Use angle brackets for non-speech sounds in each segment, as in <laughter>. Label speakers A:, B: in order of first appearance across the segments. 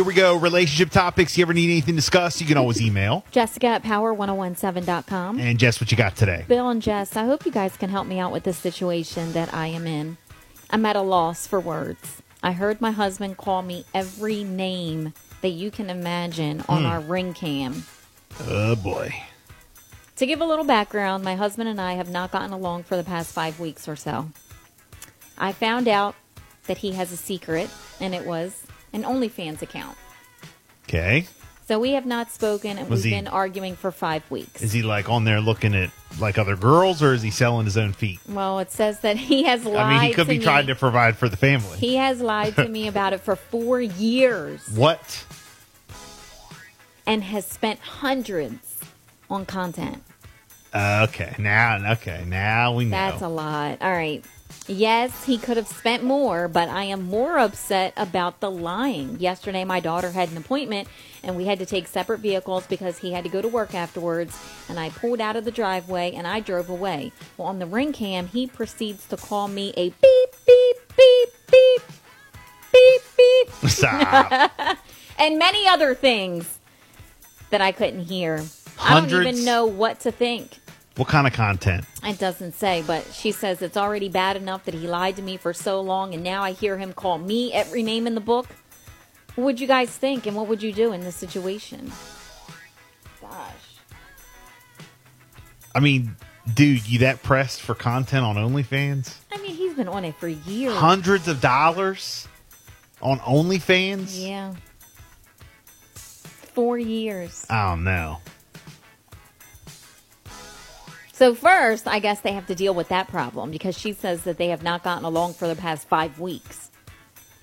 A: Here we go. Relationship topics. You ever need anything discussed, you can always email.
B: Jessica at power1017.com.
A: And Jess, what you got today?
B: Bill and Jess, I hope you guys can help me out with this situation that I am in. I'm at a loss for words. I heard my husband call me every name that you can imagine
A: Hmm.
B: on our ring cam.
A: Oh boy.
B: To give a little background, my husband and I have not gotten along for the past five weeks or so. I found out that he has a secret, and it was an OnlyFans account.
A: Okay.
B: So we have not spoken, and
A: Was
B: we've
A: he-
B: been arguing for five weeks.
A: Is he like on there looking at like other girls, or is he selling his own feet?
B: well, it says that he has lied.
A: I mean, he could
B: to
A: be
B: me.
A: trying to provide for the family.
B: He has lied to me about it for four years
A: what?
B: and has spent hundreds on content.
A: Uh, okay. Now, okay. Now we know.
B: That's a lot. All right. Yes, he could have spent more, but I am more upset about the lying. Yesterday, my daughter had an appointment and we had to take separate vehicles because he had to go to work afterwards. And I pulled out of the driveway and I drove away. Well, on the ring cam, he proceeds to call me a beep, beep, beep, beep, beep,
A: <laughs>
B: beep.
A: Stop.
B: and many other things that I couldn't hear. I don't
A: Hundreds.
B: even know what to think.
A: what kind of content?
B: It doesn't say, but she says it's already bad enough that he lied to me for so long, and now I hear him call me every name in the book. What would you guys think, and what would you do in this situation? Gosh.
A: I mean, dude, you that pressed for content on OnlyFans?
B: I mean, he's been on it for years.
A: Hundreds of dollars on OnlyFans?
B: Yeah. Four years.
A: I don't know.
B: So first, I guess they have to deal with that problem because she says that they have not gotten along for the past five weeks.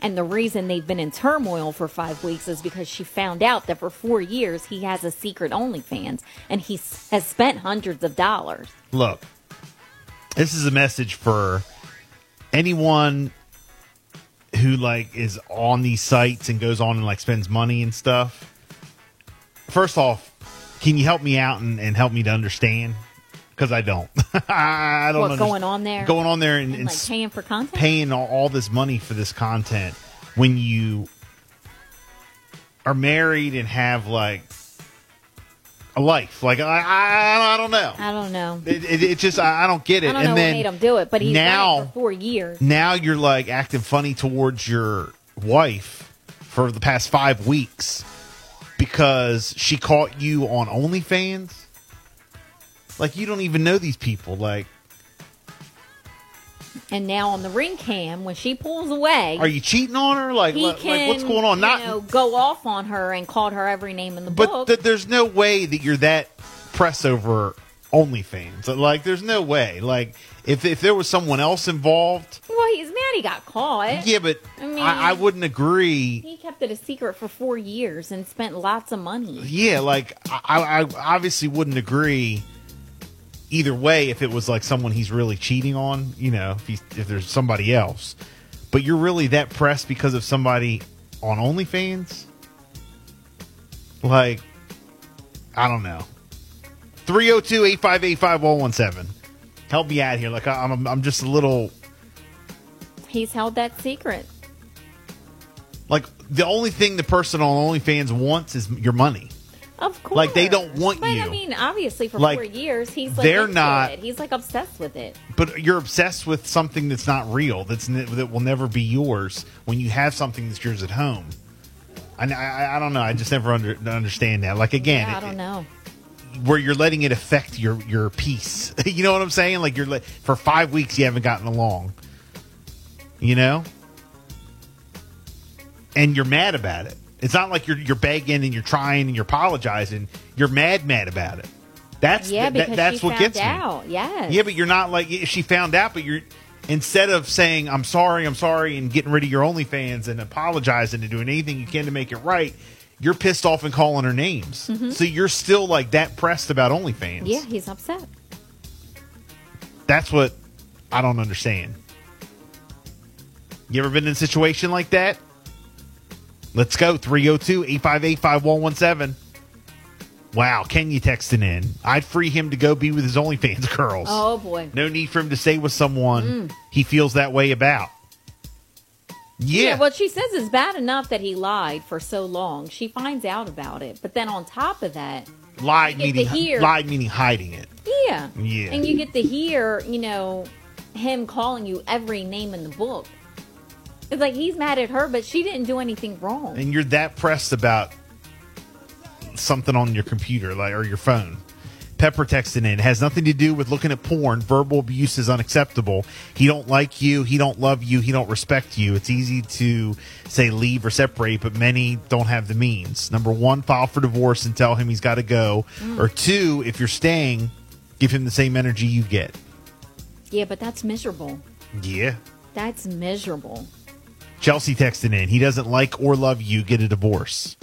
B: And the reason they've been in turmoil for five weeks is because she found out that for four years he has a secret OnlyFans and he s- has spent hundreds of dollars.
A: look, this is a message for anyone who like is on these sites and goes on and like spends money and stuff. First off, can you help me out and, and help me to understand? Because I don't. <laughs> I don't
B: What,
A: underst-
B: going on there?
A: Going on there and,
B: And
A: and
B: like paying for content?
A: paying all, all this money for this content when you are married and have like a life. Like I, I, I don't know.
B: I don't know.
A: It, it, it just I, I don't get it.
B: I don't
A: and
B: know
A: then
B: what made him do it, but he's now,
A: now
B: for four years.
A: now you're like acting funny towards your wife for the past five weeks because she caught you on OnlyFans. Like you don't even know these people. Like,
B: And now on the ring cam, when she pulls away,
A: are you cheating on her? Like,
B: he
A: like,
B: can
A: what's going on?
B: you
A: Not,
B: know, go off on her and called her every name in the
A: but
B: book.
A: th- there's no way that you're that press over OnlyFans. Like, there's no way. Like, if if there was someone else involved,
B: well, he's mad he got caught.
A: yeah, but
B: I mean-
A: I, I wouldn't agree.
B: He kept it a secret for four years and spent lots of money.
A: yeah, like I, I obviously wouldn't agree either way if it was like someone he's really cheating on, you know, if, he's, if there's somebody else. But you're really that pressed because of somebody on OnlyFans? Like, I don't know. 302 858 5117. Help me out here. Like, I, I'm, I'm just a little.
B: He's held that secret.
A: Like, the only thing the person on OnlyFans wants is your money.
B: Of course.
A: Like, they don't want
B: but, I
A: you.
B: mean, obviously for
A: Like,
B: four years he's like
A: they're
B: into
A: not-
B: it. he's like obsessed with it.
A: but you're obsessed with something that's not real that's ne- that will never be yours when you have something that's yours at home I, I, I don't know. I just never under, understand that. Like again,
B: I don't know.
A: where you're letting it affect your your peace. <laughs> you know what I'm saying? Like you're let, for five weeks you haven't gotten along. You know, and you're mad about it. It's not like you're you're begging and you're trying and you're apologizing. You're mad mad about it. That's
B: Yeah,
A: that-
B: because
A: that's
B: she
A: what
B: found
A: gets me.
B: out. Yes.
A: Yeah, but you're not like she found out, but you're instead of saying I'm sorry, I'm sorry, and getting rid of your OnlyFans and apologizing and doing anything you can to make it right, you're pissed off and calling her names. So you're still like that pressed about OnlyFans.
B: Mm-hmm. yeah, he's upset.
A: that's what I don't understand. You ever been in a situation like that? Let's go 302 858 5117. Wow, Kenya texting in. I'd free him to go be with his OnlyFans <laughs> girls.
B: Oh boy. Mm.
A: No need for him to stay with someone he feels that way about. Yeah.
B: well, she says it's bad enough that he lied for so long. She finds out about it, but then on top of that,
A: lied
B: you get to
A: meaning
B: hear-
A: lied meaning hiding it.
B: yeah,
A: Yeah.
B: and you get to hear, you know, him calling you every name in the book. It's like he's mad at her, but she didn't do anything wrong.
A: and you're that pressed about something on your computer like or your phone pepper texting in it has nothing to do with looking at porn verbal abuse is unacceptable he don't like you he don't love you he don't respect you it's easy to say leave or separate but many don't have the means number one file for divorce and tell him he's got to go or two if you're staying give him the same energy you get
B: Yeah, but that's miserable.
A: yeah
B: That's miserable.
A: Chelsea texting in. He doesn't like or love you. Get a divorce.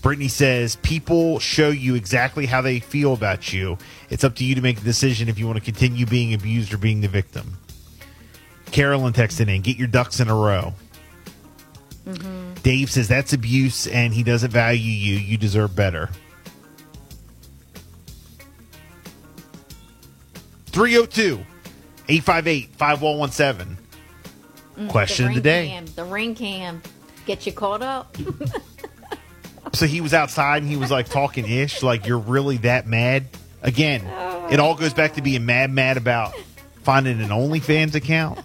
A: Brittany says people show you exactly how they feel about you. It's up to you to make the decision if you want to continue being abused or being the victim. Carolyn texting in. Get your ducks in a row. Dave says that's abuse and he doesn't value you. You deserve better. 302 858 5117. Question of
B: ring
A: the day.
B: Cam, the ring cam. Get you caught up.
A: So he was outside and he was like talking ish, like you're really that mad. Again, it all goes back to being mad, mad about finding an OnlyFans account,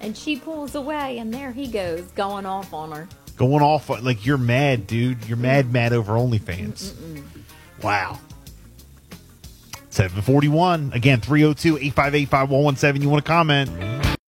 B: And she pulls away, and there he goes, going off on her.
A: going off on- like you're mad, dude. You're mad, mad over OnlyFans. Wow. oh 741. Again, 302 858 5117. You want to comment?